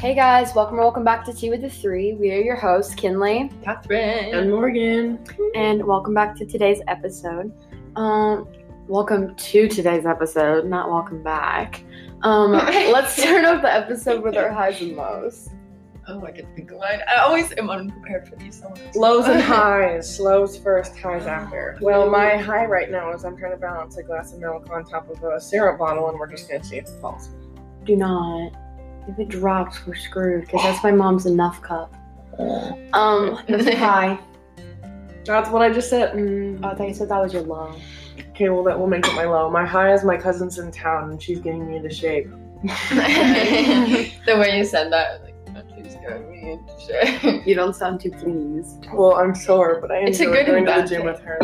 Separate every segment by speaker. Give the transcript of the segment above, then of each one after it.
Speaker 1: Hey guys, welcome or welcome back to Tea with the Three. We are your hosts, Kinley,
Speaker 2: Catherine.
Speaker 3: And Morgan.
Speaker 1: and welcome back to today's episode. Um, welcome to today's episode, not welcome back. Um, let's start off the episode with our highs and lows.
Speaker 2: oh, I can think of mine. I always am unprepared for these. Someone
Speaker 3: Lows and highs. Lows first, highs after. Well, my high right now is I'm trying to balance a glass of milk on top of a syrup bottle, and we're just going to see if it falls.
Speaker 1: Do not. If it drops, we're screwed because that's my mom's enough cup. Um, that's a high.
Speaker 3: That's what I just said.
Speaker 1: Mm, oh, I thought you said that was your low.
Speaker 3: Okay, well, that will make it my low. My high is my cousin's in town, and she's getting me into shape.
Speaker 2: the way you said that, like, oh, she's going me into shit.
Speaker 1: You don't sound too pleased.
Speaker 3: Well, I'm sore, but I
Speaker 2: It's a
Speaker 3: enjoy
Speaker 2: good
Speaker 3: going to the
Speaker 2: bad
Speaker 3: gym
Speaker 2: thing.
Speaker 3: with her.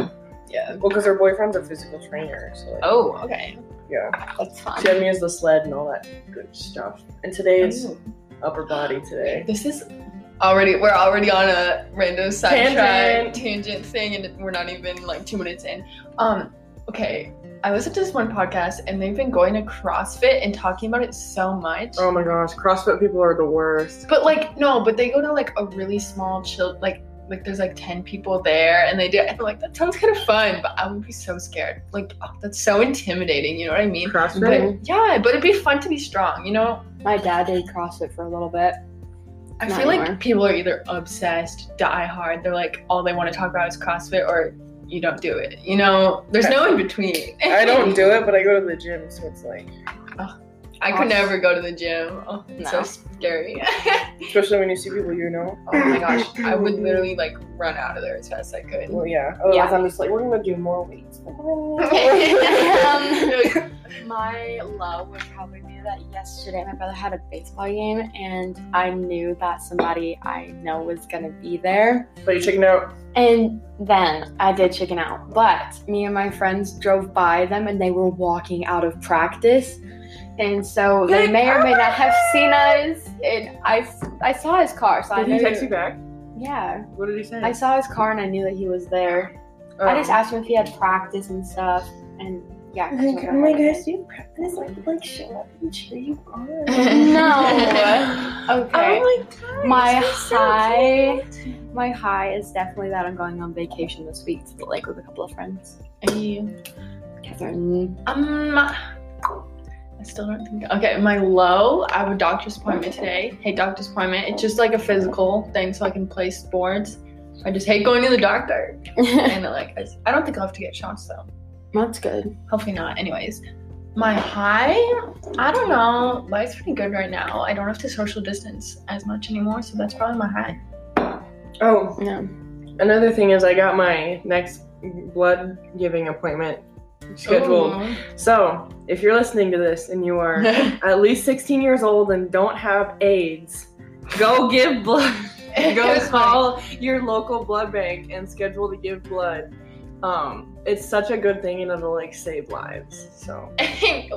Speaker 2: yeah.
Speaker 3: Well, because her boyfriend's a physical trainer, so like,
Speaker 2: Oh, okay.
Speaker 3: yeah.
Speaker 1: That's fine.
Speaker 3: She had me as the sled and all that good stuff. And today is
Speaker 2: Oh.
Speaker 3: upper body today.
Speaker 2: This is already we're already on a random sidetrack
Speaker 3: Tangent.
Speaker 2: tangent thing, and we're not even like two minutes in. Um, okay. I listened to this one podcast, and they've been going to CrossFit and talking about it so much.
Speaker 3: Oh my gosh, CrossFit people are the worst.
Speaker 2: But like no, but they go to like a really small chill like like there's like ten people there and they do and I'm like that sounds kind of fun, but I would be so scared. Like oh, that's so intimidating, you know what I mean?
Speaker 3: CrossFit?
Speaker 2: But yeah, but it'd be fun to be strong, you know?
Speaker 1: My dad did CrossFit for a little bit.
Speaker 2: I
Speaker 1: Not
Speaker 2: feel like
Speaker 1: anymore.
Speaker 2: people are either obsessed, die hard, they're like all they want to talk about is CrossFit or you don't do it. You know, there's no in between.
Speaker 3: I don't do it, but I go to the gym, so it's like,
Speaker 2: I could never go to the gym. Oh, it's
Speaker 1: No.
Speaker 2: so scary.
Speaker 3: especially when you see people you know.
Speaker 2: oh my gosh, I would literally like run out of there as fast as I could.
Speaker 3: Well, yeah. Otherwise,
Speaker 1: Yeah.
Speaker 3: I'm just like, we're gonna do more weights.
Speaker 1: Um, My low would probably be that yesterday my brother had a baseball game and I knew that somebody I know was gonna be there.
Speaker 3: but you checking out?
Speaker 1: And then I did chicken out. But me and my friends drove by them and they were walking out of practice. And so they may or may not have seen us. And I, I saw his car, so I
Speaker 3: Did he
Speaker 1: knew-
Speaker 3: text you back?
Speaker 1: Yeah.
Speaker 3: What did he say? Oh.
Speaker 1: I saw his car and I knew that he was there. I just asked him if he had practice and stuff. And yeah. 'cause we're
Speaker 3: oh
Speaker 1: gonna have it."
Speaker 3: do you practice? Like, like, show up and cheer you on.
Speaker 1: No. Okay.
Speaker 3: Oh my god.
Speaker 1: My high, my high is definitely that I'm going on vacation this week to the lake with a couple of friends. Catherine,
Speaker 2: Um, I still don't think. Okay, my low. I have a doctor's appointment today. Hate doctor's appointment. It's just like a physical thing, so I can play sports. I just hate going to the doctor, and like I, I don't think I'll have to get shots though.
Speaker 1: that's good.
Speaker 2: Hopefully not. Anyways, my high. I don't know. Life's pretty good right now. I don't have to social distance as much anymore, so that's probably my high.
Speaker 3: Oh,
Speaker 1: Yeah.
Speaker 3: another thing is, I got my next blood giving appointment scheduled. So, if you're listening to this and you are at least 16 years old and don't have AIDS, go give blood. go call your local blood bank and schedule to give blood. Um, it's such a good thing and it'll like save lives. So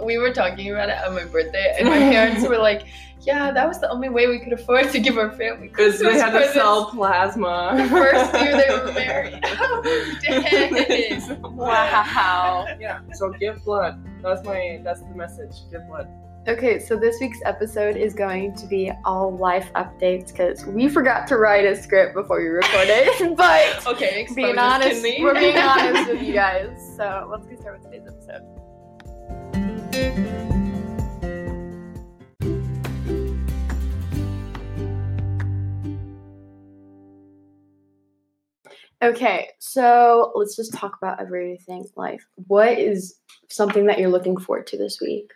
Speaker 2: we were talking about it on my birthday, and my parents were like, "Yeah, that was the only way we could afford to give our family
Speaker 3: because
Speaker 2: Christmas
Speaker 3: they had to
Speaker 2: presents
Speaker 3: sell plasma.
Speaker 2: The first year they were married. Oh, dang.
Speaker 1: Wow.
Speaker 3: yeah. So give blood. That's my. That's the message. Give blood.
Speaker 1: Okay, so this week's episode is going to be all life updates because we forgot to write a script before we recorded, but
Speaker 2: Okay, expose
Speaker 1: being
Speaker 2: us,
Speaker 1: honest,
Speaker 2: Kinley.
Speaker 1: we're being honest with you guys. So let's get started with today's episode. Okay, so let's just talk about everything life. What is something that you're looking forward to this week?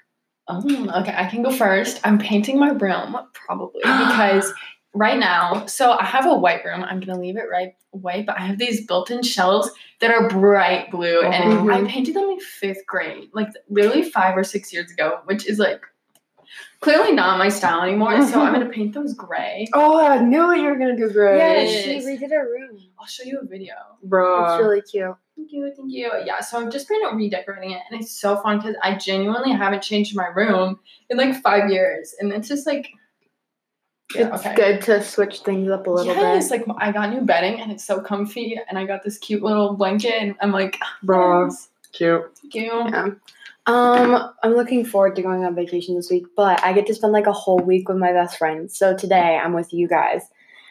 Speaker 2: Um, okay, I can go first. I'm painting my room probably because right now, so I have a white room. I'm gonna leave it right white, but I have these built-in shelves that are bright blue,
Speaker 1: Oh,
Speaker 2: and
Speaker 1: mm-hmm.
Speaker 2: I painted them in fifth grade, like literally five or six years ago, which is like clearly not my style anymore. So
Speaker 1: Mm-hmm.
Speaker 2: I'm gonna paint those gray.
Speaker 3: Oh, I knew what you were gonna do, Grace.
Speaker 1: Yeah,
Speaker 2: Yes.
Speaker 1: she redid her room.
Speaker 2: I'll show you a video.
Speaker 3: Bruh.
Speaker 1: it's really cute.
Speaker 2: Thank you, thank you. Yeah, so I've just been redecorating it, and it's so fun because I genuinely haven't changed my room in like five years, and it's just like yeah,
Speaker 1: it's good to switch things up a little
Speaker 2: yes, like I got new bedding, and it's so comfy, and I got this cute little blanket, and I'm like,
Speaker 3: Bruh.
Speaker 2: yes,
Speaker 3: Cute.
Speaker 2: thank you.
Speaker 1: bit. Yeah. Um, I'm looking forward to going on vacation this week, but I get to spend like a whole week with my best friend. So today I'm with you guys,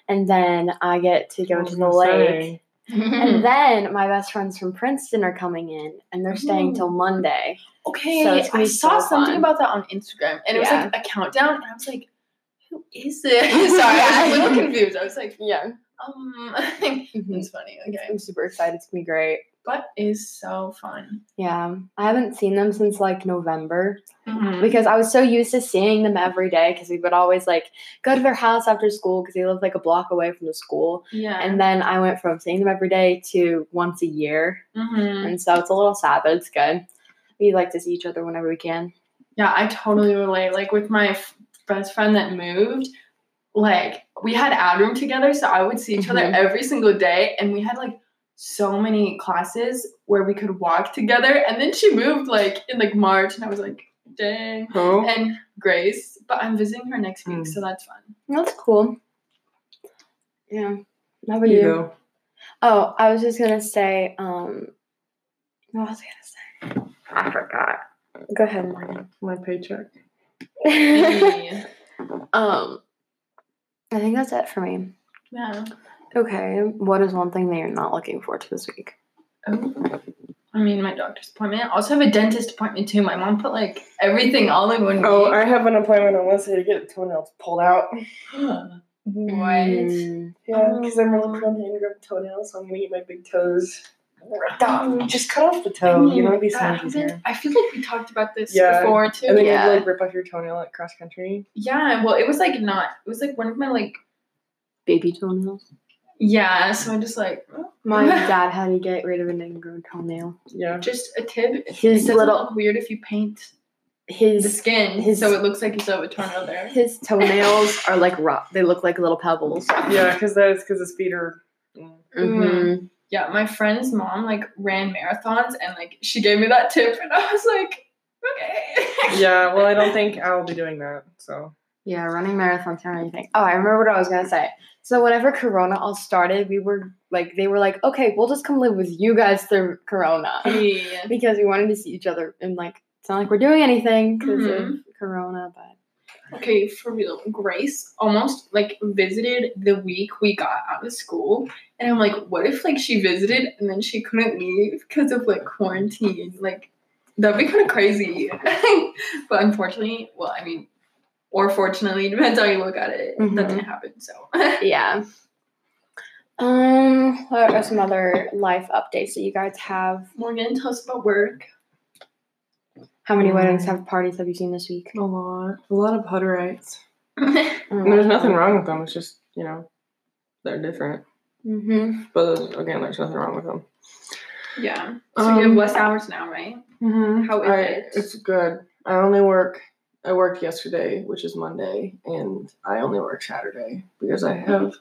Speaker 1: and then I get to go
Speaker 3: I was
Speaker 1: to the
Speaker 3: gonna say.
Speaker 1: lake. And then my best friends from Princeton are coming in, and they're staying till Monday.
Speaker 2: Okay,
Speaker 1: So it's gonna
Speaker 2: I
Speaker 1: be
Speaker 2: saw
Speaker 1: so
Speaker 2: something
Speaker 1: fun.
Speaker 2: about that on Instagram, and it was
Speaker 1: Yeah.
Speaker 2: like a countdown, and I was like, "Who is this?" Sorry, I was a little confused. I was like,
Speaker 1: Yeah,
Speaker 2: "Um, it's
Speaker 1: Mm-hmm.
Speaker 2: funny." Okay,
Speaker 1: I'm super excited. It's gonna be great.
Speaker 2: but is so fun.
Speaker 1: Yeah, I haven't seen them since like November because I was so used to seeing them every day because we would always like go to their house after school because they lived like a block away from the school.
Speaker 2: Yeah,
Speaker 1: And then I went from seeing them every day to once a year.
Speaker 2: Mhm.
Speaker 1: And so it's a little sad, but it's good. We like to see each other whenever we can.
Speaker 2: yeah, I totally relate. Like with my f- best friend that moved, like we had ad room together, so I would see each other
Speaker 3: Mm-hmm.
Speaker 1: Mhm.
Speaker 2: every single day, and we had like so many classes where we could walk together. And then she moved like in like March, and I was like, "Dang."
Speaker 3: Who?
Speaker 2: and Grace, but I'm visiting her next week,
Speaker 3: Mm.
Speaker 2: so that's fun.
Speaker 1: That's cool. Yeah. How about
Speaker 3: You
Speaker 1: you?
Speaker 3: go.
Speaker 1: Oh, I was just gonna say, um what was I gonna say? I forgot. Go ahead, Morgan.
Speaker 3: My paycheck.
Speaker 1: Mm-hmm.
Speaker 2: Maybe.
Speaker 1: um I think that's it for me.
Speaker 2: yeah.
Speaker 1: Okay. What is one thing that you're not looking forward to this week?
Speaker 2: Oh. I mean, my doctor's appointment. I also have a dentist appointment too. My mom put like everything all in one
Speaker 3: Oh, I
Speaker 2: week.
Speaker 3: have an appointment on Wednesday to get toenails pulled out.
Speaker 2: what?
Speaker 1: Mm,
Speaker 3: Yeah, because I'm really prone to ingrown toenails, so I'm gonna get my big toes ripped off. Just cut off the
Speaker 2: I
Speaker 3: toe. you know,
Speaker 2: mean,
Speaker 3: it'd be so
Speaker 2: that
Speaker 3: much easier.
Speaker 2: happened- I feel like we talked about this
Speaker 3: Yeah.
Speaker 2: before too.
Speaker 3: And then
Speaker 1: Yeah.
Speaker 3: you like rip off your toenail at cross country.
Speaker 2: yeah. Well, it was like not. It was like one of my like.
Speaker 1: Baby toenails.
Speaker 2: Yeah. So I'm just like oh,
Speaker 1: My dad had to get rid of an ingrown toenail.
Speaker 3: Yeah.
Speaker 2: just a tip. It
Speaker 1: His
Speaker 2: doesn't
Speaker 1: little
Speaker 2: look weird if you paint the
Speaker 1: his
Speaker 2: skin,
Speaker 1: his-
Speaker 2: so it looks like you still have a tornado there.
Speaker 1: his toenails are like rock. They look like little pebbles.
Speaker 3: Yeah, because that's because his feet are. Mm.
Speaker 2: Mm-hmm.
Speaker 1: Mhm.
Speaker 2: yeah, my friend's mom like ran marathons and like she gave me that tip and I was like, okay.
Speaker 3: Yeah, well, I don't think I'll be doing that. So
Speaker 1: Yeah, running marathons or anything. Oh, I remember what I was gonna say. So whenever Corona all started, we were like, they were like, okay, we'll just come live with you guys through Corona
Speaker 2: Yeah.
Speaker 1: because we wanted to see each other and like it's not like we're doing anything because
Speaker 2: Mhm.
Speaker 1: of Corona, but
Speaker 2: Okay, for real. Grace almost like visited the week we got out of school. And I'm like, what if like she visited and then she couldn't leave because of like quarantine? Like that'd be kind of crazy. but unfortunately, well, I mean, or fortunately, depends how you look at it. That
Speaker 1: Mhm.
Speaker 2: didn't happen. So
Speaker 1: yeah. Um, what are some other life updates that you guys have?
Speaker 2: Morgan, tell us about work.
Speaker 1: How many weddings have parties have you seen this week?
Speaker 3: a lot, a lot of Hutterites.
Speaker 1: Oh,
Speaker 3: And there's nothing wrong with them. It's just you know, they're different.
Speaker 1: Mhm.
Speaker 3: But again, there's nothing wrong with them.
Speaker 2: Yeah. So you have
Speaker 3: Um,
Speaker 2: less hours now, right?
Speaker 3: Mm-hmm.
Speaker 2: How is
Speaker 3: I,
Speaker 2: it?
Speaker 3: It's good. I only work. I worked yesterday, which is Monday, and I only work Saturday because I
Speaker 2: Mm-hmm.
Speaker 3: have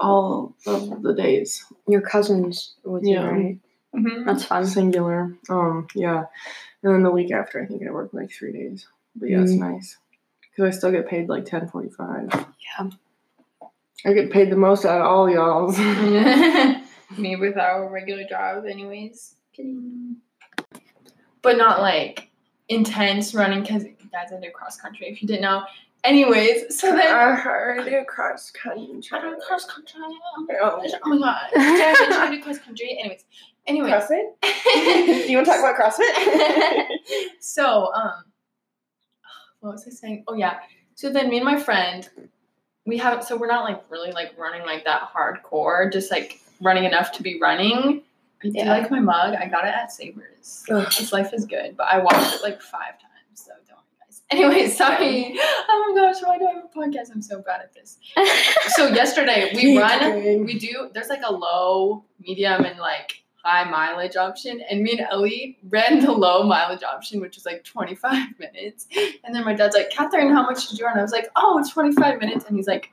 Speaker 3: all of the days
Speaker 1: Your cousins with you,
Speaker 3: Yeah.
Speaker 1: right?
Speaker 2: Mm-hmm.
Speaker 1: That's fun.
Speaker 3: singular. Um, yeah, and then the week after, I think I work like three days. But yeah, it's
Speaker 2: Mm-hmm.
Speaker 1: Mm.
Speaker 3: nice because I still get paid like ten forty five.
Speaker 1: Yeah.
Speaker 3: I get paid the most out of all y'all's.
Speaker 2: Me with our regular job, anyways. Kidding. But not like intense running because guys, I did cross country. If you didn't know, anyways. So then
Speaker 3: heard it cross country.
Speaker 2: I don't cross country.
Speaker 3: Oh,
Speaker 2: Oh my god! Dash, I tried to do cross country. Anyways, anyways.
Speaker 3: Do you want to talk about CrossFit?
Speaker 2: so um what was i saying oh yeah so then me and my friend we haven't so we're not like really like running like that hardcore just like running enough to be running i do
Speaker 1: Yeah.
Speaker 2: like my mug i got it at savers this life is good but i watched it like five times so don't worry, guys anyway sorry oh my gosh why do i have a podcast i'm so bad at this so yesterday we run we do there's like a low medium and like high mileage option and me and ellie ran the low mileage option which was like 25 minutes and then my dad's like catherine how much did you run i was like oh 25 minutes and he's like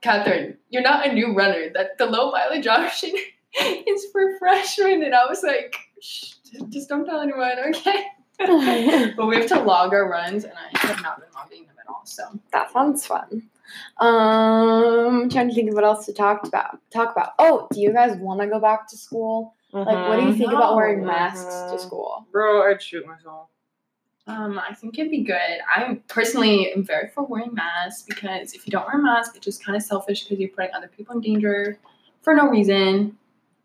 Speaker 2: catherine you're not a new runner that the low mileage option is for freshmen and i was like Shh, just- just don't tell anyone okay but we have to log our runs and i have not been logging them at all so
Speaker 1: That sounds fun. Um, I'm trying to think of what else to talk about. Talk about. Oh, do you guys want to go
Speaker 2: Mm-hmm.
Speaker 1: back to school? Like, what do you think about wearing
Speaker 3: Mhm.
Speaker 1: masks to school?
Speaker 3: Bro, I'd shoot myself.
Speaker 2: Um, I think it'd be good. I personally am very for wearing masks because if you don't wear a mask, it's just kind of selfish because you're putting other people in danger for no reason.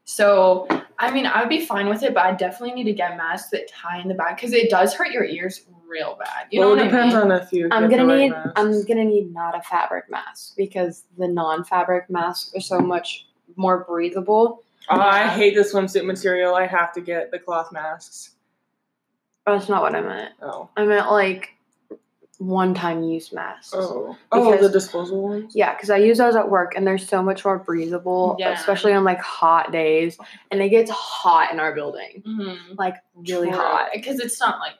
Speaker 2: So, I mean, I would be fine with it, but I definitely need to get masks that tie in the back because it does hurt your ears real bad. You
Speaker 3: well,
Speaker 2: know
Speaker 3: it
Speaker 2: what I
Speaker 3: depends
Speaker 2: mean?
Speaker 3: on if you.
Speaker 1: I'm
Speaker 3: get the
Speaker 1: gonna
Speaker 3: right
Speaker 1: need
Speaker 3: mask.
Speaker 1: I'm gonna need not a fabric mask because the non-fabric masks are so much more breathable.
Speaker 3: Oh, I hate the swimsuit material. I have to get the cloth masks.
Speaker 1: That's not what I meant.
Speaker 3: Oh.
Speaker 1: I meant like one-time use masks.
Speaker 3: Oh. Oh, the
Speaker 1: Because-
Speaker 3: disposable ones.
Speaker 1: Yeah, because I use those at work and they're so much more breathable,
Speaker 2: Yeah.
Speaker 1: especially on like hot days. And it gets hot in our building,
Speaker 2: Mhm.
Speaker 1: like really hot.
Speaker 2: because it's not like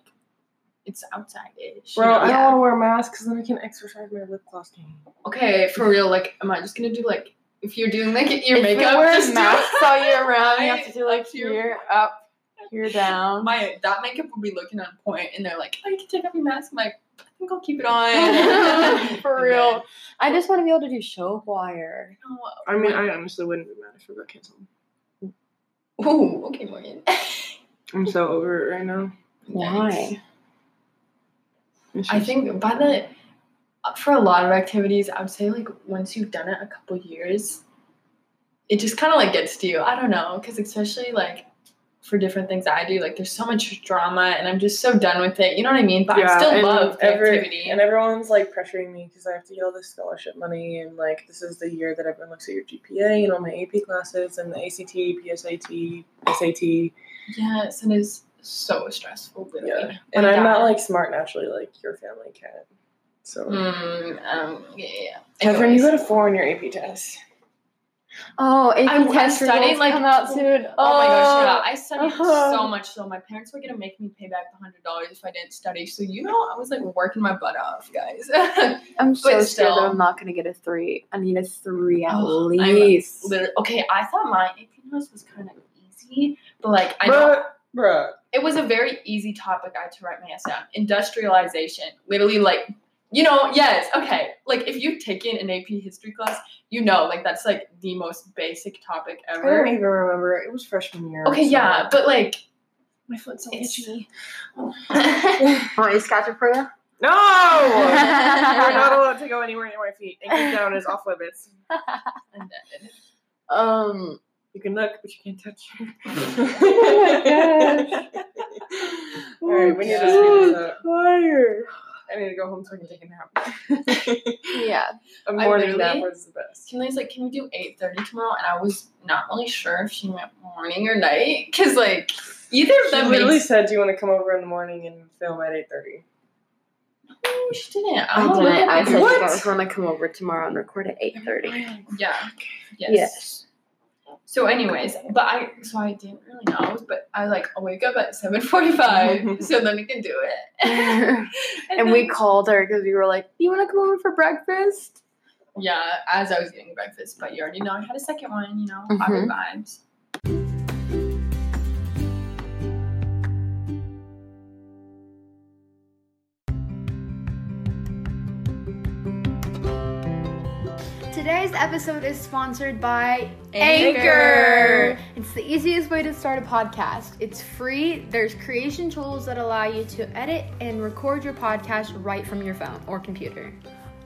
Speaker 2: it's outside ish.
Speaker 3: Bro, I don't
Speaker 1: Yeah.
Speaker 3: want to wear a mask because then I can exercise my lip gloss game.
Speaker 2: Okay, for real. Like, am I just gonna do like if you're doing like your
Speaker 1: If
Speaker 2: makeup?
Speaker 1: you wear
Speaker 2: just
Speaker 1: a
Speaker 2: do-
Speaker 1: mask all year round, you have to
Speaker 2: Right?
Speaker 1: do like
Speaker 2: Up to your-
Speaker 1: here up, here down.
Speaker 2: My that makeup will be looking on point, and they're like, "Oh, you can take off your mask." I'm like, "I think I'll keep it on."
Speaker 1: For real, I just want to be able to do show choir.
Speaker 3: I mean, I honestly wouldn't be mad if it got canceled.
Speaker 2: Ooh, okay, Morgan.
Speaker 3: I'm so over it right now.
Speaker 1: Why?
Speaker 3: It's
Speaker 2: I
Speaker 3: just-
Speaker 2: think by the for a lot of activities, I would say like once you've done it a couple years, it just kind of like gets to you. I don't know, because especially like for different things that I do, like there's so much drama, and I'm just so done with it. You know what I mean? But I
Speaker 3: Yeah,
Speaker 2: still
Speaker 3: and
Speaker 2: love the
Speaker 3: every-
Speaker 2: activity.
Speaker 3: And everyone's like pressuring me because I have to get all this scholarship money, and like this is the year that everyone looks at your GPA and all my AP classes and the ACT, PSAT, SAT.
Speaker 2: yes, and it's so stressful. Really.
Speaker 3: Yeah.
Speaker 2: My
Speaker 3: And I'm not
Speaker 2: dad-
Speaker 3: like smart naturally, like your family can. So,
Speaker 2: Mm, um, yeah, yeah.
Speaker 3: Catherine,
Speaker 2: Anyways.
Speaker 3: you got a four on your AP test.
Speaker 1: Oh, AP
Speaker 2: I'm- I'm
Speaker 1: test
Speaker 2: studying,
Speaker 1: results
Speaker 2: like,
Speaker 1: come out soon.
Speaker 2: Oh, my gosh, yeah. I studied
Speaker 1: Uh-huh.
Speaker 2: so much, though. My parents were going to make me pay back $100 if I didn't study. So, you know, I was like working my butt off, guys.
Speaker 1: I'm so scared
Speaker 2: But still.
Speaker 1: that I'm not gonna get a three. I need a three at
Speaker 2: Oh, I'm
Speaker 1: least.
Speaker 2: Literally, okay, I thought my AP notes was kind of easy, but like, I know
Speaker 3: Bruh, bruh.
Speaker 2: it was a very easy topic I had to write my essay on. Industrialization. Literally, like, you know, yes, okay. Like, if you've taken an AP history class, you know, like, that's like the most basic topic
Speaker 3: I
Speaker 2: ever.
Speaker 3: don't even remember. It was freshman year.
Speaker 2: Okay,
Speaker 3: so-
Speaker 2: yeah, but like,
Speaker 3: My foot's so
Speaker 2: It's-
Speaker 3: itchy.
Speaker 1: Want me to scratch it for you?
Speaker 3: No! We're not allowed to go anywhere near my feet. Anchor down is off limits.
Speaker 2: Oh,
Speaker 1: um,
Speaker 3: You can look, but you can't touch.
Speaker 1: Oh my
Speaker 3: All right, we need to
Speaker 1: Oh,
Speaker 3: speed this up.
Speaker 1: tired.
Speaker 3: I need to go home so I can take a nap.
Speaker 1: Yeah.
Speaker 3: a
Speaker 2: I
Speaker 3: morning nap
Speaker 2: literally-
Speaker 3: was the best.
Speaker 2: Kimley's like, can we do 8.30 tomorrow? And I was not really sure if she meant morning or night. Because, like, either of
Speaker 3: She
Speaker 2: them
Speaker 3: literally
Speaker 2: makes...
Speaker 3: said, "Do you want to come over in the morning and film at 8.30?
Speaker 2: No, she didn't. Oh,
Speaker 1: I
Speaker 2: don't
Speaker 1: didn't. I said
Speaker 2: know.
Speaker 3: What?
Speaker 1: I was gonna come over tomorrow and record at eight thirty.
Speaker 2: Yeah. Yes.
Speaker 1: Yes.
Speaker 2: So, anyways, but I... So, I didn't really know. But I, like, wake up at 7.45 so then we can do it.
Speaker 1: and we called her because we were like, "You want to come over for breakfast?"
Speaker 2: Yeah, as I was getting breakfast. But you already know I had a second one, you know. I
Speaker 3: Mm-hmm.
Speaker 1: Mhm.
Speaker 2: revived.
Speaker 4: Today's episode is sponsored by
Speaker 1: Anchor.
Speaker 4: It's the easiest way to start a podcast. It's free. There's creation tools that allow you to edit and record your podcast right from your phone or computer.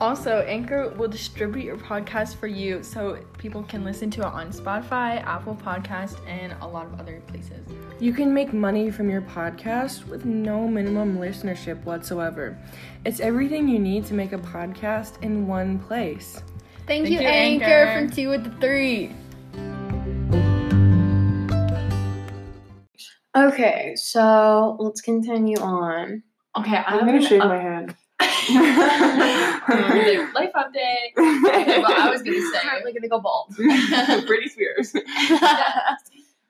Speaker 5: Also, Anchor will distribute your podcast for you so people can listen to it on Spotify, Apple Podcast, and a lot of other places.
Speaker 3: You can make money from your podcast with no minimum listenership whatsoever. It's everything you need to make a podcast in one place.
Speaker 4: Thank,
Speaker 5: Thank
Speaker 4: you,
Speaker 5: you,
Speaker 4: Anchor,
Speaker 5: Anchor.
Speaker 4: from two with the three.
Speaker 1: Okay, so let's continue on.
Speaker 2: Okay, I'm,
Speaker 3: I'm gonna shave
Speaker 2: up-
Speaker 3: my head.
Speaker 2: Um, life update. Okay, well, I was gonna say.
Speaker 1: Apparently gonna go bald.
Speaker 3: Britney Spears.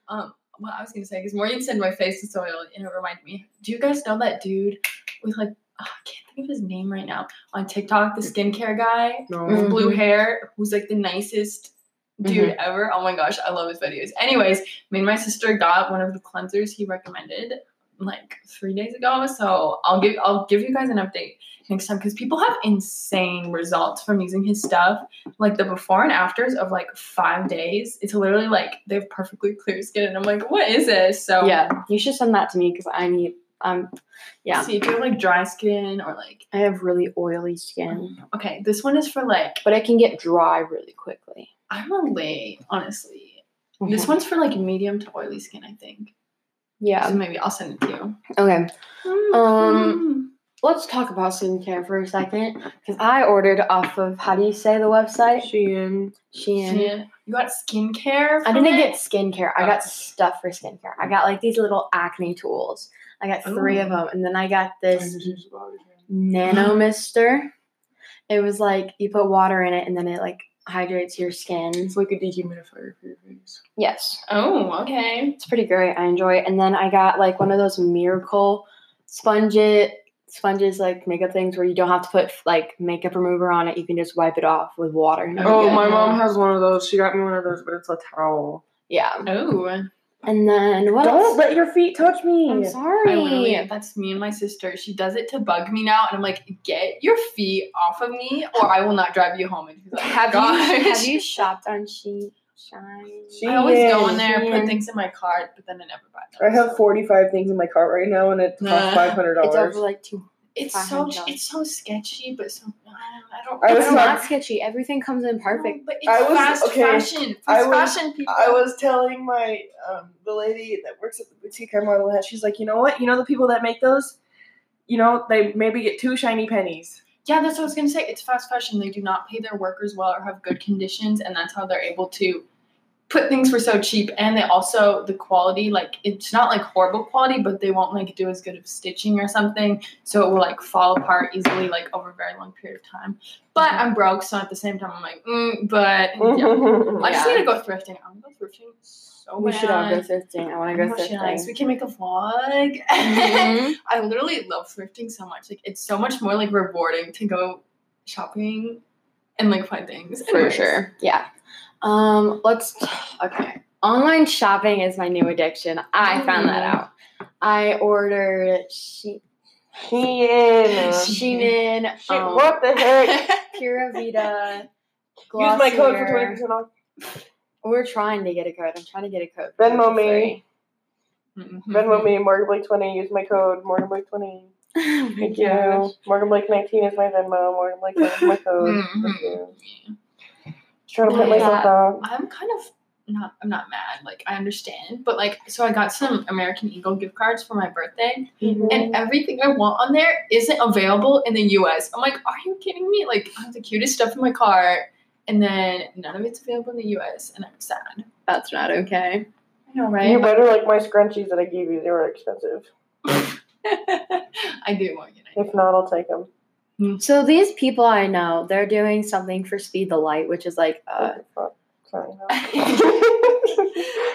Speaker 2: Um, well, I was gonna say because Morgan said my face is so oily, and it reminded me. Do you guys know that dude with like oh, I can't think of his name right now on TikTok, the skincare guy with
Speaker 1: Mm.
Speaker 3: No.
Speaker 2: blue hair, who's like the nicest dude ever? Oh my gosh, I love his videos. Anyways, me and my sister got one of the cleansers he recommended like three days ago, so I'll give I'll give you guys an update next time because people have insane results from using his stuff like the before and afters of like five days. It's literally like they have perfectly clear skin, and I'm like, what is this? So
Speaker 1: Yeah, you should send that to me because I need Um, Yeah.
Speaker 2: So you do have like dry skin or like
Speaker 1: I have really oily skin,
Speaker 2: okay, this one is for like
Speaker 1: but it can get dry really quickly.
Speaker 2: I relate honestly.
Speaker 3: Mm-hmm.
Speaker 2: This one's for like medium to oily skin, I think. So
Speaker 1: Yeah.
Speaker 2: maybe I'll send it to you.
Speaker 1: Okay.
Speaker 3: Mm-hmm.
Speaker 1: Um, Let's talk about skincare for a second because I ordered off of how do you say the website?
Speaker 3: Shein.
Speaker 1: Shein.
Speaker 2: Skin- you got skincare.
Speaker 1: I
Speaker 2: from
Speaker 1: didn't
Speaker 2: it?
Speaker 1: get skincare. I got
Speaker 2: Oh.
Speaker 1: stuff for skincare. I got like these little acne tools. I got three of them, and then I got this nano mister. It was like you put water in it, and then it like hydrates your skin.
Speaker 3: It's like a dehumidifier for your face.
Speaker 1: Yes,
Speaker 2: Oh, okay.
Speaker 1: it's pretty great. I enjoy it. And then I got like one of those miracle sponge sponges like makeup things where you don't have to put like makeup remover on it. You can just wipe it off with water.
Speaker 3: Oh,
Speaker 2: Okay.
Speaker 3: my mom has one of those. She got me one of those, but it's a towel.
Speaker 1: Yeah.
Speaker 2: Oh,
Speaker 1: And then what? else?
Speaker 3: let your feet touch me.
Speaker 1: I'm
Speaker 2: I literally,
Speaker 1: sorry.
Speaker 2: that's me and my sister. She does it to bug me now, and I'm like, get your feet off of me, or I will not drive you home. And she's like,
Speaker 1: Have
Speaker 2: gosh.
Speaker 1: you have you shopped on She Shine?
Speaker 3: She-
Speaker 2: I always go in
Speaker 1: Shein.
Speaker 2: there,
Speaker 1: Shein.
Speaker 2: put things in my cart, but then I never buy
Speaker 3: I
Speaker 2: them.
Speaker 3: have 45 things in my cart right now, and it
Speaker 2: Nah.
Speaker 3: costs five hundred
Speaker 1: It's over
Speaker 3: dollars.
Speaker 1: like two.
Speaker 2: It's so
Speaker 1: $500.
Speaker 2: it's so sketchy, but so I don't.
Speaker 3: I
Speaker 2: I don't.
Speaker 3: was
Speaker 1: It's
Speaker 2: I don't
Speaker 1: not
Speaker 3: talk-
Speaker 1: sketchy. Everything comes in perfect.
Speaker 2: know, but it's
Speaker 3: I was-
Speaker 2: fast
Speaker 3: okay,
Speaker 2: fashion. It's
Speaker 3: I was-
Speaker 2: fashion people.
Speaker 3: I was telling my um, the lady that works at the boutique I model at. She's like, you know what? You know the people that make those. You know they maybe get two shiny pennies.
Speaker 2: yeah, that's what I was gonna say. It's fast fashion. They do not pay their workers well or have good conditions, and that's how they're able to put things for so cheap. And they also the quality, like it's not like horrible quality, but they won't like do as good of stitching or something, so it will like fall apart easily, like over a very long period of time. But I'm broke, so at the same time, I'm like, mm, but yeah. I just
Speaker 1: Yeah.
Speaker 2: need to go thrifting. I'm gonna go thrifting
Speaker 3: Oh,
Speaker 2: so
Speaker 1: We
Speaker 2: bad.
Speaker 1: should all go thrifting. I want to go
Speaker 2: Oh, shit, Alex,
Speaker 1: thrifting.
Speaker 2: We can make a vlog.
Speaker 1: Mhm.
Speaker 2: I literally love thrifting so much. Like it's so much more like rewarding to go shopping and like find things.
Speaker 1: For
Speaker 2: Anyways.
Speaker 1: sure. Yeah. Um. Let's. Okay. Online shopping is my new addiction. I found
Speaker 3: Mm.
Speaker 1: that out. I ordered she
Speaker 3: Shein.
Speaker 1: Shein, um,
Speaker 3: what the heck?
Speaker 1: Pura Vida.
Speaker 3: Use my code for
Speaker 1: Glossier.
Speaker 3: twenty percent off.
Speaker 1: We're trying to get a code. I'm trying to get a code.
Speaker 3: Venmo me.
Speaker 2: Mhm.
Speaker 3: Venmo me Morgan Blake twenty. Use my code Morgan Blake twenty.
Speaker 1: Oh
Speaker 3: Thank you. Morgan Blake nineteen is my Venmo. Morgan Blake 20 is my code. Thank you.
Speaker 2: Mhm.
Speaker 3: Just trying to put
Speaker 1: Mm-hmm. Yeah.
Speaker 3: myself out.
Speaker 2: I'm kind of not. I'm not mad. Like I understand, but like so I got some American Eagle gift cards for my birthday,
Speaker 3: Mm-hmm.
Speaker 2: and
Speaker 1: Mm.
Speaker 2: everything I want on there isn't available in the U.S. I'm like, are you kidding me? Like I have the cutest stuff in my cart, and then none of it's available in the U.S. and I'm sad.
Speaker 1: That's not okay.
Speaker 2: I know,
Speaker 3: You
Speaker 2: right?
Speaker 3: better like my scrunchies that I gave you. They were expensive.
Speaker 2: I do want you.
Speaker 3: If not, I'll take them.
Speaker 1: So these people I know, they're doing something for Speed the Light, which is like uh,
Speaker 3: Sorry.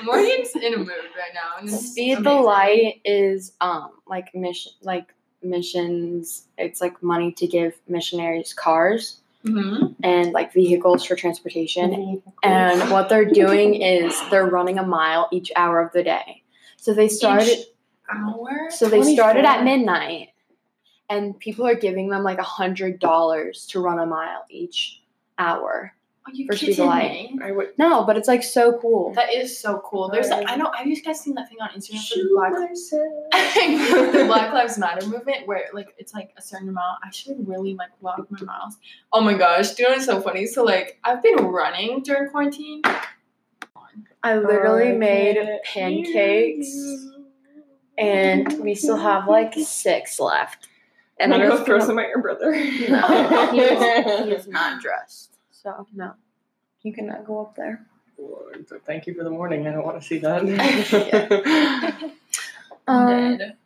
Speaker 2: Morgan's in a mood right now. And it's
Speaker 1: Speed the
Speaker 2: Mm-hmm. amazing.
Speaker 1: Light is um like mission like missions. It's like money to give missionaries cars
Speaker 2: Mhm.
Speaker 1: and like vehicles for
Speaker 2: Mm-hmm.
Speaker 1: transportation. And what they're doing is they're running a mile each hour of the day. So they started
Speaker 2: Each hour.
Speaker 1: so they started at
Speaker 3: 24.
Speaker 1: midnight and people are giving them like a hundred dollars to run a mile each hour.
Speaker 2: Are Oh, you
Speaker 1: for Speed the
Speaker 2: kidding
Speaker 1: Light.
Speaker 2: me?
Speaker 3: I would.
Speaker 1: No, but it's like so cool.
Speaker 2: That is so cool. There's
Speaker 3: Alright.
Speaker 2: I know have you guys seen that thing on Instagram for the
Speaker 3: Shoot
Speaker 2: Black
Speaker 3: myself.
Speaker 2: the Black Lives Matter movement where like it's like a certain amount. I should really like walk my miles. Oh my gosh, dude, it's so funny. So like I've been running during quarantine.
Speaker 1: I literally
Speaker 3: I
Speaker 1: made
Speaker 3: can't
Speaker 1: pancakes. and we still have like six left.
Speaker 3: And I
Speaker 1: I'm
Speaker 3: go
Speaker 1: just
Speaker 3: throw
Speaker 1: gonna-
Speaker 3: some at your brother.
Speaker 1: No, he, is, he is not dressed, so no, you cannot go up there.
Speaker 3: Lord, so Thank you for the warning. I don't want to see that.
Speaker 1: Um,
Speaker 2: Dead.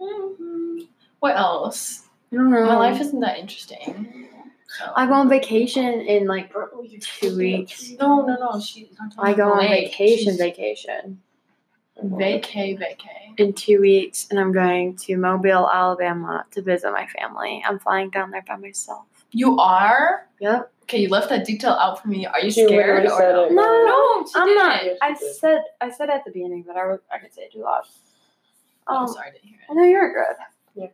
Speaker 2: Mhm. What else?
Speaker 1: I don't know.
Speaker 2: My life isn't that interesting. So.
Speaker 1: I go on vacation in like two weeks.
Speaker 2: No, no, no. She's not
Speaker 1: I go on
Speaker 2: Lake.
Speaker 1: vacation,
Speaker 2: She's-
Speaker 1: vacation
Speaker 2: Vacay, vacay.
Speaker 1: in two weeks, and I'm going to Mobile, Alabama, to visit my family. I'm flying down there by myself.
Speaker 2: You are?
Speaker 1: Yep.
Speaker 2: Okay, you left that detail out for me. Are you
Speaker 3: She
Speaker 2: scared?
Speaker 3: literally
Speaker 2: Or
Speaker 3: said
Speaker 2: no?
Speaker 3: it.
Speaker 2: No, she
Speaker 1: I'm not.
Speaker 2: didn't.
Speaker 1: I said I said at the beginning, but I was- I could say it too loud.
Speaker 2: Oh,
Speaker 1: Um,
Speaker 2: sorry, I didn't hear
Speaker 1: I know you're good.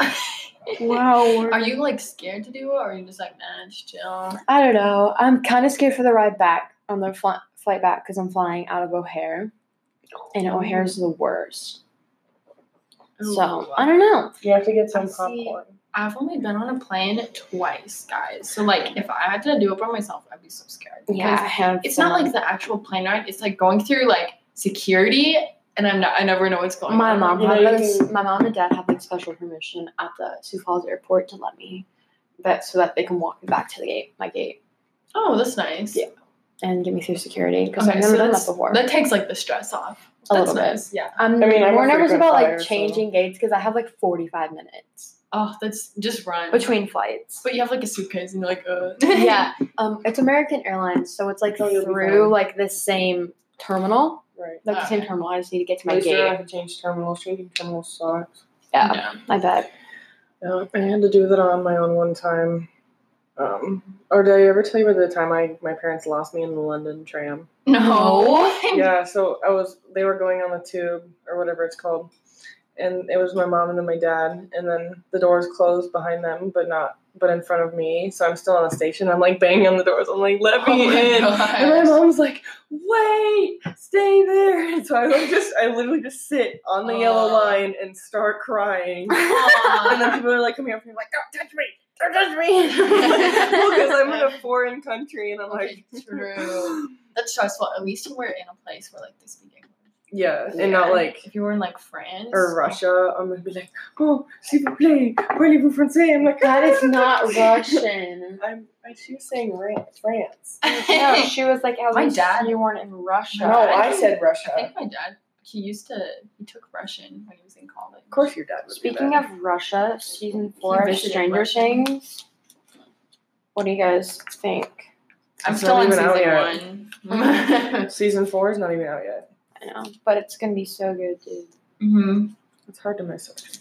Speaker 2: it.
Speaker 1: Wow.
Speaker 2: Are you like scared to do it, or are you just like, nah, just chill?
Speaker 1: I don't know. I'm kind of scared for the ride back on the
Speaker 2: Oh.
Speaker 1: fl- flight back because I'm flying out of O'Hare, and O'Hare's the worst. So I don't know.
Speaker 3: You have to get some
Speaker 2: I see.
Speaker 3: popcorn.
Speaker 2: I've only been on a plane twice, guys. So like, if I had to do it by myself, I'd be so scared.
Speaker 1: Yeah, I
Speaker 2: Because
Speaker 1: have.
Speaker 2: it's not like the actual plane ride. It's like going through like security, and I'm not. I never know what's going.
Speaker 1: uh, my
Speaker 2: on.
Speaker 1: mom.
Speaker 3: You
Speaker 1: Had
Speaker 3: know,
Speaker 1: like,
Speaker 3: you
Speaker 1: s- my mom and dad have like special permission at the Sioux Falls airport to let me, that so that they can walk me back to the gate, my gate,
Speaker 2: Oh, that's nice.
Speaker 1: Yeah. and get me through security because
Speaker 2: Okay,
Speaker 1: I've
Speaker 2: so
Speaker 1: never done that
Speaker 2: that's-
Speaker 1: before.
Speaker 2: that takes like the stress off.
Speaker 1: A
Speaker 2: that's
Speaker 1: little bit.
Speaker 2: nice. Yeah.
Speaker 1: I'm
Speaker 3: I mean, I'm a
Speaker 1: more nervous
Speaker 3: frequent
Speaker 1: about
Speaker 3: flyer,
Speaker 1: like
Speaker 3: so-
Speaker 1: changing gates because I have like 45 minutes
Speaker 2: Oh, that's just run.
Speaker 1: between flights.
Speaker 2: But you have like a suitcase and you're like, uh.
Speaker 1: yeah, um, it's American Airlines, so it's like
Speaker 3: Oh, you'll be
Speaker 1: through
Speaker 3: fine.
Speaker 1: like the same terminal,
Speaker 3: Right.
Speaker 1: like the same
Speaker 2: Okay.
Speaker 1: terminal. I just need to get to
Speaker 3: At
Speaker 1: my
Speaker 3: least you don't
Speaker 1: gate.
Speaker 3: have to change terminals. Changing terminals sucks.
Speaker 1: Yeah,
Speaker 2: Yeah.
Speaker 1: I bet.
Speaker 3: Yeah, I had to do that on my own one time. Um, or did I ever tell you about the time I my parents lost me in the London tram?
Speaker 2: No.
Speaker 3: yeah, so I was they were going on the tube or whatever it's called. And it was my mom and then my dad and then the doors closed behind them but not but in front of me. So I'm still on the station. I'm like banging on the doors. I'm like, let
Speaker 2: Oh
Speaker 3: me
Speaker 2: my
Speaker 3: in.
Speaker 2: gosh.
Speaker 3: And my mom's like, wait, stay there. And so I like just I literally just sit on the yellow
Speaker 2: Aw.
Speaker 3: line and start crying. And then people are like coming up to me like, don't touch me, don't touch me. Because I'm in a foreign country and I'm
Speaker 2: Okay,
Speaker 3: like,
Speaker 2: true. That's stressful. At least you were in a place where like they speak English.
Speaker 3: yeah, and not
Speaker 2: Yeah.
Speaker 3: like
Speaker 2: if you were in like France
Speaker 3: or Russia, I'm gonna be like, oh, s'il vous plaît, parlez-vous français? I'm like,
Speaker 1: That is not Russian.
Speaker 3: I'm, I, she was saying Ra- France.
Speaker 1: no, she was like,
Speaker 2: My
Speaker 1: Alex,
Speaker 2: dad-
Speaker 1: you weren't in Russia.
Speaker 3: No, I said
Speaker 2: I
Speaker 3: Russia.
Speaker 2: think my dad he used to he took Russian when he was in college.
Speaker 3: Of course, your dad was
Speaker 1: Speaking of Russia, season
Speaker 2: He
Speaker 1: four of
Speaker 2: visited
Speaker 1: Stranger
Speaker 2: Russia.
Speaker 1: Things. What do you guys think?
Speaker 2: I'm
Speaker 3: It's
Speaker 2: still
Speaker 3: not
Speaker 2: on
Speaker 3: even out
Speaker 2: season one.
Speaker 3: season four is not even out yet.
Speaker 1: I know, but it's gonna be so good, dude.
Speaker 2: hmm
Speaker 3: It's hard to miss it.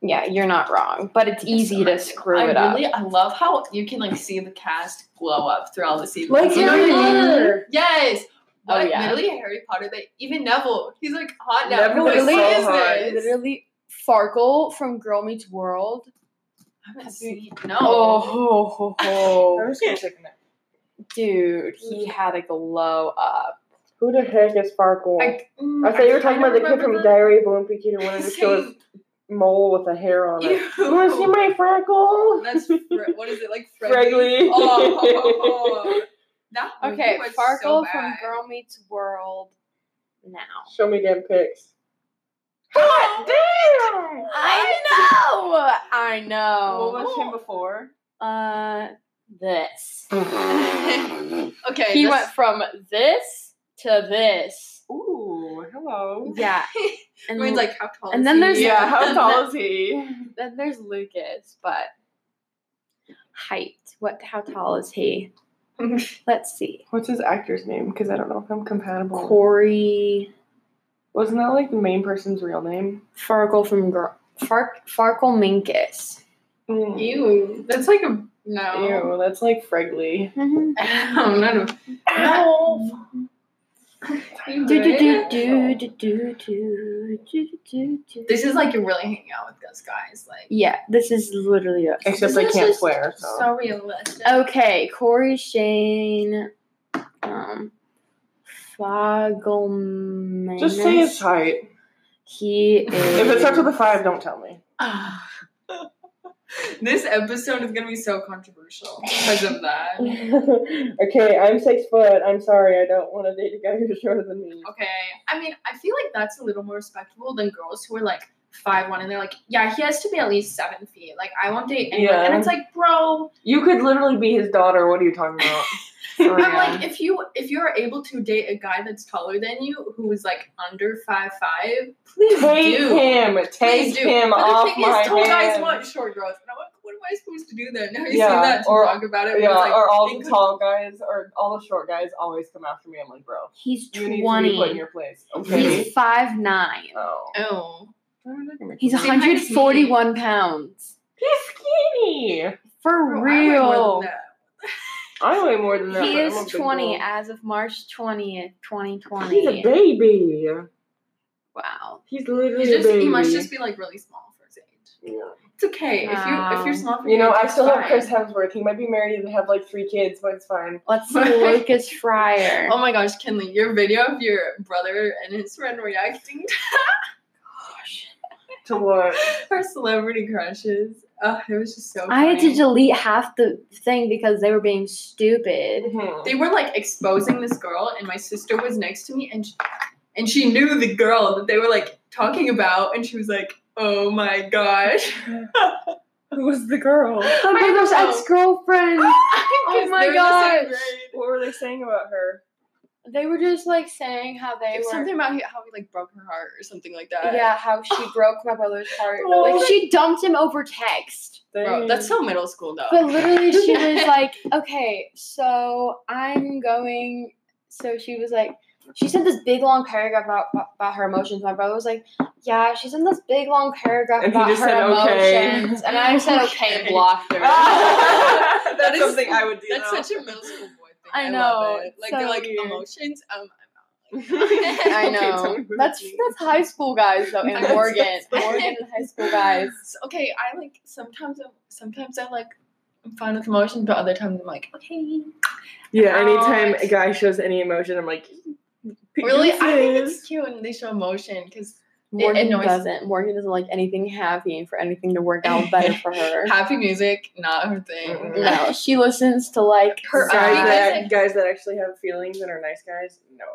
Speaker 1: Yeah, you're not wrong, but it's easy to screw
Speaker 2: I
Speaker 1: it up.
Speaker 2: really I love how you can like see the cast glow up through all the seasons.
Speaker 3: Like
Speaker 2: You know
Speaker 3: Harry
Speaker 2: what I mean?
Speaker 3: Potter.
Speaker 2: Yes.
Speaker 1: Oh,
Speaker 2: What,
Speaker 1: yeah.
Speaker 2: Literally Harry Potter. They even Neville. He's like hot now.
Speaker 3: Neville
Speaker 2: Like,
Speaker 3: is
Speaker 2: what
Speaker 3: so
Speaker 2: is
Speaker 3: hot.
Speaker 2: this?
Speaker 1: Literally, Farkle from Girl Meets World.
Speaker 2: I haven't
Speaker 1: Have
Speaker 2: seen.
Speaker 1: you-
Speaker 2: No.
Speaker 1: Oh, ho, ho,
Speaker 3: I
Speaker 1: ho.
Speaker 3: was just taking it.
Speaker 1: dude, he had a glow up.
Speaker 3: Who the heck is Sparkle? I,
Speaker 2: I, mm,
Speaker 3: thought you
Speaker 2: kinda
Speaker 3: were talking about the kid
Speaker 2: remember
Speaker 3: from
Speaker 2: that.
Speaker 3: Diary of a Wimpy Kid who wanted to kill his
Speaker 2: Same.
Speaker 3: mole with a hair on it. You want to see
Speaker 2: Ew.
Speaker 3: my freckle?
Speaker 2: Oh, That's fr- what is it like?
Speaker 3: Fregley.
Speaker 2: Fregley. Oh, that movie
Speaker 1: Okay,
Speaker 2: was
Speaker 1: Farkle
Speaker 2: so
Speaker 1: from
Speaker 2: bad.
Speaker 1: Girl Meets World. Now,
Speaker 3: Show me damn pics.
Speaker 1: damn! I know. I know.
Speaker 3: before?
Speaker 1: Uh, this.
Speaker 2: Okay,
Speaker 1: He
Speaker 2: this-
Speaker 1: went from this to this.
Speaker 3: Ooh, hello.
Speaker 1: Yeah, and
Speaker 2: I mean, like how tall?
Speaker 1: and
Speaker 2: is
Speaker 1: then
Speaker 2: he?
Speaker 1: there's-
Speaker 3: Yeah, how
Speaker 1: And
Speaker 3: tall is he?
Speaker 1: then there's Lucas, but height. What? How tall is he? Let's see.
Speaker 3: What's his actor's name? Because I don't know if I'm compatible.
Speaker 1: Corey
Speaker 3: Wasn't that like the main person's real name?
Speaker 1: Farkle from Girl Fark Farkle Minkus.
Speaker 3: Mm.
Speaker 2: Ew, that's like a no.
Speaker 3: Ew, that's like Fregley.
Speaker 1: Mm-hmm.
Speaker 2: I'm not a.
Speaker 3: Ow!
Speaker 2: You
Speaker 1: Do do do
Speaker 2: good?
Speaker 1: do do do do do do do.
Speaker 2: This is like you're really hanging out with those guys, like
Speaker 1: yeah. This is literally us.
Speaker 3: Except I
Speaker 2: This
Speaker 3: can't
Speaker 2: is
Speaker 3: swear, so.
Speaker 2: so realistic.
Speaker 1: Okay, Corey Shane, um, Fogelman.
Speaker 3: Just say his height.
Speaker 1: He is.
Speaker 3: If it starts with a five, don't tell me.
Speaker 2: Ah. this episode is gonna be so controversial because of that.
Speaker 3: okay, I'm six foot. I'm sorry, I don't want to date a guy who's shorter than me.
Speaker 2: Okay. I mean, I feel like that's a little more respectable than girls who are like five one and they're like, yeah, he has to be at least seven feet. Like, I won't date anyone.
Speaker 3: Yeah.
Speaker 2: And it's like, bro,
Speaker 3: You could literally be his daughter. What are you talking about? For
Speaker 2: I'm
Speaker 3: real.
Speaker 2: like, if you if you are able to date a guy that's taller than you who is like under five five, please
Speaker 3: Take
Speaker 2: do.
Speaker 3: him. Take
Speaker 2: Please do.
Speaker 3: him
Speaker 2: but
Speaker 3: off
Speaker 2: the thing
Speaker 3: my
Speaker 2: is, tall guys
Speaker 3: hands.
Speaker 2: want short girls. And I'm like, what am I supposed to do then? Now you
Speaker 3: Yeah,
Speaker 2: see that
Speaker 3: or-
Speaker 2: talk about it. where
Speaker 3: Yeah,
Speaker 2: it's like,
Speaker 3: or all
Speaker 2: it
Speaker 3: the
Speaker 2: could-
Speaker 3: tall guys or all the short guys always come after me. I'm like, bro,
Speaker 1: He's
Speaker 3: you need to be put in
Speaker 1: twenty.
Speaker 3: your place. Okay.
Speaker 1: He's five nine.
Speaker 3: Oh.
Speaker 2: Oh.
Speaker 1: He's
Speaker 2: Same height as me.
Speaker 1: 141 pounds.
Speaker 3: He's skinny.
Speaker 1: For
Speaker 2: Bro, I weigh more
Speaker 1: real.
Speaker 2: than that.
Speaker 3: I weigh more than that.
Speaker 1: He
Speaker 3: but I'm a
Speaker 1: is
Speaker 3: big
Speaker 1: 20
Speaker 3: girl.
Speaker 1: as of March 20th, 2020.
Speaker 3: He's a baby.
Speaker 1: Wow.
Speaker 3: He's literally
Speaker 2: He's just,
Speaker 3: a baby.
Speaker 2: he must just be like really small for his age.
Speaker 3: Yeah.
Speaker 2: It's okay if you if
Speaker 1: Wow.
Speaker 2: you're small. For
Speaker 3: You know,
Speaker 2: your age,
Speaker 3: I
Speaker 2: it's
Speaker 3: still have
Speaker 2: fine.
Speaker 3: Chris Hemsworth. He might be married and have like three kids, but it's fine.
Speaker 1: Let's see Lucas Fryer.
Speaker 2: Oh my gosh, Kinley, your video of your brother and his friend reacting.
Speaker 1: gosh.
Speaker 3: To what?
Speaker 2: Our celebrity crushes. Oh, it was just so.
Speaker 1: I had to
Speaker 2: funny.
Speaker 1: delete half the thing because they were being stupid.
Speaker 3: Mhm.
Speaker 2: They were like exposing this girl, and my sister was next to me, and she, and she knew the girl that they were like talking about, and she was like, "Oh my gosh!"
Speaker 3: Who was the girl?
Speaker 1: My
Speaker 2: I
Speaker 1: brother's
Speaker 2: know.
Speaker 1: ex girlfriend.
Speaker 2: oh
Speaker 1: my gosh.
Speaker 3: What were they saying about her?
Speaker 1: They were just like saying how they were.
Speaker 2: Something about how he like broke her heart or something like that.
Speaker 1: Yeah, how she broke my brother's heart.
Speaker 2: Oh
Speaker 1: like
Speaker 2: my-
Speaker 1: she dumped him over text.
Speaker 2: Bro,
Speaker 3: Dang.
Speaker 2: that's so middle school though.
Speaker 1: But literally she was like, "Okay, so I'm going so she was like she sent this big long paragraph about, about her emotions. My brother was like, "Yeah, she sent this big long paragraph
Speaker 3: And he
Speaker 1: about
Speaker 3: just
Speaker 1: her
Speaker 3: said, "Okay."
Speaker 1: emotions," and I said, "Okay," and
Speaker 2: Okay.
Speaker 1: blocked her.
Speaker 3: that's
Speaker 2: That is-
Speaker 3: something I would do.
Speaker 2: That's
Speaker 3: though.
Speaker 2: such a middle school boy thing.
Speaker 1: I
Speaker 2: I,
Speaker 1: know,
Speaker 2: Love it.
Speaker 1: it's
Speaker 2: Like
Speaker 1: so
Speaker 2: they're like
Speaker 1: weird.
Speaker 2: emotions. Um,
Speaker 1: I
Speaker 3: I
Speaker 1: know. That's that's high school guys though, and
Speaker 2: That's-
Speaker 1: Morgan,
Speaker 2: that's-
Speaker 1: Morgan and high school guys.
Speaker 2: So, okay, I like sometimes. I'm, sometimes I like. I'm fine with emotions, but other times I'm like, okay.
Speaker 3: Yeah, anytime
Speaker 2: Ouch.
Speaker 3: a guy shows any emotion, I'm like, "Pick
Speaker 2: Really, I think
Speaker 3: yourself."
Speaker 2: it's cute when they show emotion because
Speaker 1: Morgan
Speaker 2: annoys-
Speaker 1: doesn't. Morgan doesn't like anything happy for anything to work out better for her.
Speaker 2: happy music, not her thing.
Speaker 3: Mm-mm.
Speaker 1: no, she listens to like
Speaker 2: Her
Speaker 1: sad-
Speaker 3: guys
Speaker 2: eyes.
Speaker 3: that guys that actually have feelings and are nice guys. No.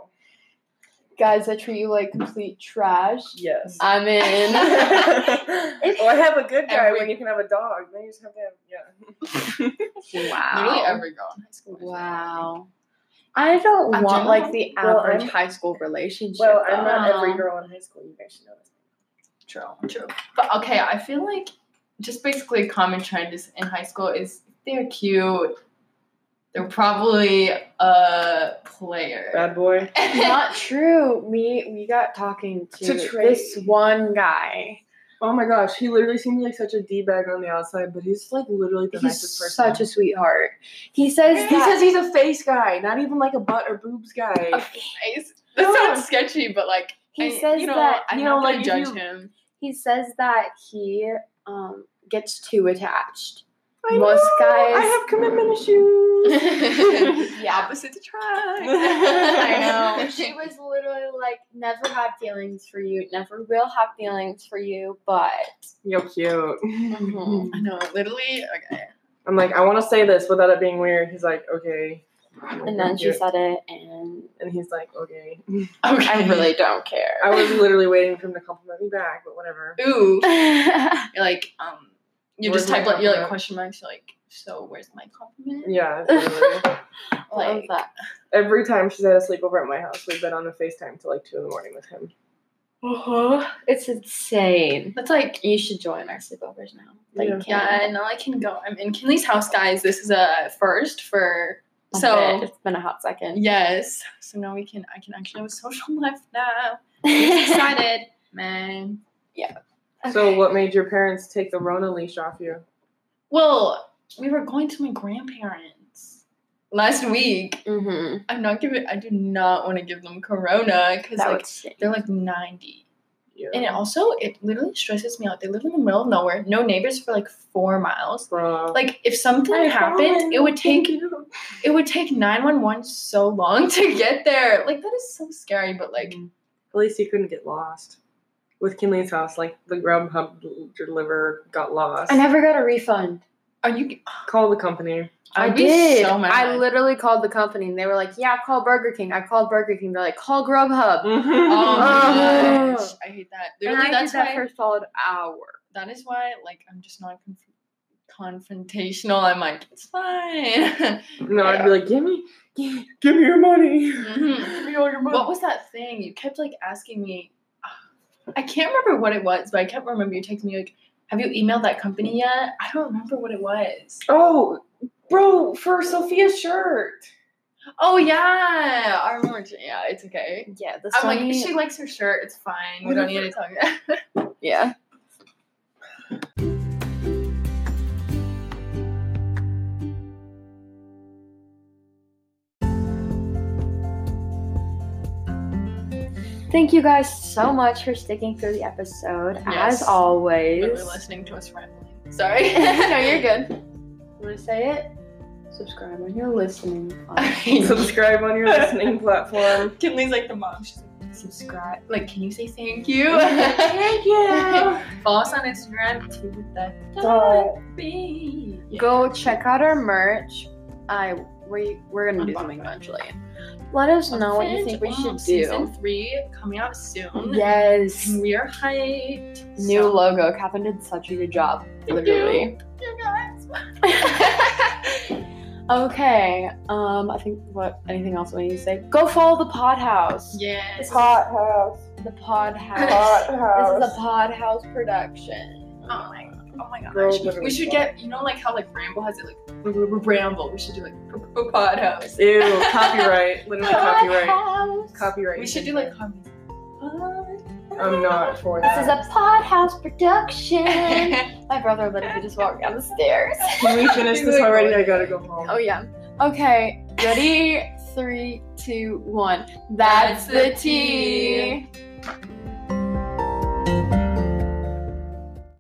Speaker 1: guys that treat you like complete trash.
Speaker 3: Yes.
Speaker 2: Uh,
Speaker 1: I'm in.
Speaker 3: well, I have a good guy
Speaker 2: Every-
Speaker 3: when you can have a dog. Then you just have to have
Speaker 2: Literally every girl in high school.
Speaker 1: Wow. I don't
Speaker 2: I
Speaker 1: want
Speaker 2: don't
Speaker 1: like the
Speaker 3: Well,
Speaker 1: average
Speaker 3: I'm-
Speaker 1: high school relationship.
Speaker 3: Well, I'm
Speaker 1: though.
Speaker 3: not every
Speaker 2: Um,
Speaker 3: girl in high school. You guys should know this.
Speaker 2: True. True. But okay, I feel like just basically a common trend is in high school is they're cute. They're probably a player.
Speaker 3: Bad boy.
Speaker 1: not true. We we got talking to,
Speaker 3: To Trey.
Speaker 1: this one guy.
Speaker 3: Oh my gosh, he literally seems like such a d bag on the outside, but he's like literally the nicest
Speaker 1: He's
Speaker 3: person.
Speaker 1: such a sweetheart. He says
Speaker 3: he
Speaker 1: that-
Speaker 3: says he's a face guy, not even like a butt or boobs guy.
Speaker 2: Face. That sounds sketchy, but like
Speaker 1: he
Speaker 2: I-
Speaker 1: says
Speaker 2: you know,
Speaker 1: that
Speaker 2: I'm
Speaker 3: you
Speaker 2: not
Speaker 3: know,
Speaker 2: gonna
Speaker 3: like,
Speaker 2: judge
Speaker 3: you-
Speaker 2: him.
Speaker 1: he says that he um gets too attached.
Speaker 3: I
Speaker 1: most guys-
Speaker 3: I have commitment issues.
Speaker 1: Yeah.
Speaker 2: Opposites attract.
Speaker 1: I know. She was literally like, never had feelings for you, never will have feelings for you, but
Speaker 3: Yo, cute.
Speaker 1: Mm-hmm.
Speaker 2: I know. Literally. Okay.
Speaker 3: I'm like, I want to say this without it being weird. He's like, okay.
Speaker 1: and then she
Speaker 3: You're-
Speaker 1: said it and
Speaker 3: and he's like, okay.
Speaker 2: Okay.
Speaker 1: I really don't care.
Speaker 3: I was literally waiting for him to compliment me back, but whatever.
Speaker 2: Ooh. You're like, um, you
Speaker 3: Where's
Speaker 2: just
Speaker 3: my
Speaker 2: type like, you're like
Speaker 3: compliment?
Speaker 2: question marks. You're like, so where's my compliment?
Speaker 3: Yeah, literally.
Speaker 1: Love that.
Speaker 3: Every time she's had a sleepover at my house, we've been on the FaceTime till like two in the morning with him.
Speaker 2: Uh-huh.
Speaker 1: It's insane.
Speaker 2: That's like,
Speaker 1: You should join our sleepovers now. Like,
Speaker 3: Yeah.
Speaker 2: yeah, and now I can go. I'm in Kinley's house, guys. This is a first for.
Speaker 1: so
Speaker 2: So
Speaker 1: it's been a hot second.
Speaker 2: yes, so now we can. I can actually have a social life now. I'm excited, man.
Speaker 3: So, what made your parents take the Rona leash off you?
Speaker 2: Well, we were going to my grandparents last week.
Speaker 1: hmm
Speaker 2: I'm not giving. I do not want to give them Corona because
Speaker 1: That
Speaker 2: like
Speaker 1: would suck.
Speaker 2: they're like 90.
Speaker 3: Yeah.
Speaker 2: And it also it literally stresses me out. They live in the middle of nowhere, no neighbors for like four miles.
Speaker 3: Bruh.
Speaker 2: Like if something
Speaker 3: I promise,
Speaker 2: happened, it would
Speaker 3: thank
Speaker 2: take
Speaker 3: you.
Speaker 2: it would take nine one one so long to get there. Like that is so scary. But like
Speaker 1: Mm.
Speaker 3: Mhm. at least you couldn't get lost. With Kinley's house, like the Grubhub deliver got lost.
Speaker 1: I never got a refund.
Speaker 2: are you?
Speaker 3: Call the company.
Speaker 1: I
Speaker 2: I'd be
Speaker 1: did.
Speaker 2: So mad.
Speaker 1: I literally called the company and they were like, "Yeah, call Burger King." I called Burger King. They're like, "Call Grubhub."
Speaker 2: Oh my
Speaker 1: Ugh.
Speaker 2: gosh, I hate that.
Speaker 1: And
Speaker 2: Literally,
Speaker 1: I
Speaker 2: that's
Speaker 1: did that
Speaker 2: why.
Speaker 1: for a solid hour.
Speaker 2: that is why. Like I'm just not conf- confrontational. I'm like it's fine.
Speaker 3: no, I'd be like, give me, give me, give me your money.
Speaker 1: Mm-hmm.
Speaker 2: Mhm.
Speaker 3: Give me all your money.
Speaker 2: What was that thing? You kept like asking me. I can't remember what it was, but I kept remember you texted me like, "Have you emailed that company yet?" I don't remember what it was.
Speaker 3: oh, bro, for Sophia's shirt.
Speaker 2: Oh yeah, I remember. it. Yeah, it's okay.
Speaker 1: Yeah, the
Speaker 2: I'm like,
Speaker 1: Sony-
Speaker 2: she likes her shirt. It's fine. We don't need to talk.
Speaker 1: yeah. Thank you guys so much for sticking through the episode.
Speaker 2: Yes.
Speaker 1: As always,
Speaker 2: But we're listening to us rambling. Sorry.
Speaker 1: no, you're good. Want to say it? Subscribe when you're listening.
Speaker 2: Okay.
Speaker 3: Subscribe on your listening platform.
Speaker 2: Kinley's like the mom. She's like, subscribe. Like, can you say thank you?
Speaker 3: Thank you.
Speaker 2: Follow us on Instagram too. with the
Speaker 1: Dot.
Speaker 2: B.
Speaker 1: Go check out our merch. I we we're gonna do something eventually. Let us know what you think we should do.
Speaker 2: Season three coming out soon.
Speaker 1: Yes.
Speaker 2: And we are hyped.
Speaker 1: New
Speaker 2: So,
Speaker 1: logo. Catherine did such a good job.
Speaker 2: Thank
Speaker 1: Literally.
Speaker 2: you guys.
Speaker 1: Okay. Um. I think what. Anything else we need to say? Go follow the Pod House.
Speaker 2: Yes.
Speaker 1: Pod.
Speaker 3: house.
Speaker 1: The Pod House.
Speaker 3: Hot
Speaker 1: this is
Speaker 3: house.
Speaker 1: a Pod House production.
Speaker 2: Oh my. Oh my
Speaker 3: Girl
Speaker 2: gosh.
Speaker 3: literally
Speaker 2: We should
Speaker 3: fell.
Speaker 2: get. You know, like how like Bramble has it like r- r- Bramble. We should do like p- p- Pod House.
Speaker 3: Ew, copyright. Literally copyright.
Speaker 1: House.
Speaker 3: Copyright.
Speaker 2: We should do like. Pod-
Speaker 3: I'm not for
Speaker 1: This is
Speaker 3: that.
Speaker 1: a Pod House production. My brother literally just walked down the stairs.
Speaker 3: Can we finish
Speaker 2: He's
Speaker 3: this
Speaker 2: like,
Speaker 3: already? I gotta go home.
Speaker 1: Oh yeah. Okay. Ready? Three, two, one. That's,
Speaker 2: That's
Speaker 1: the
Speaker 2: the tea.
Speaker 1: tea.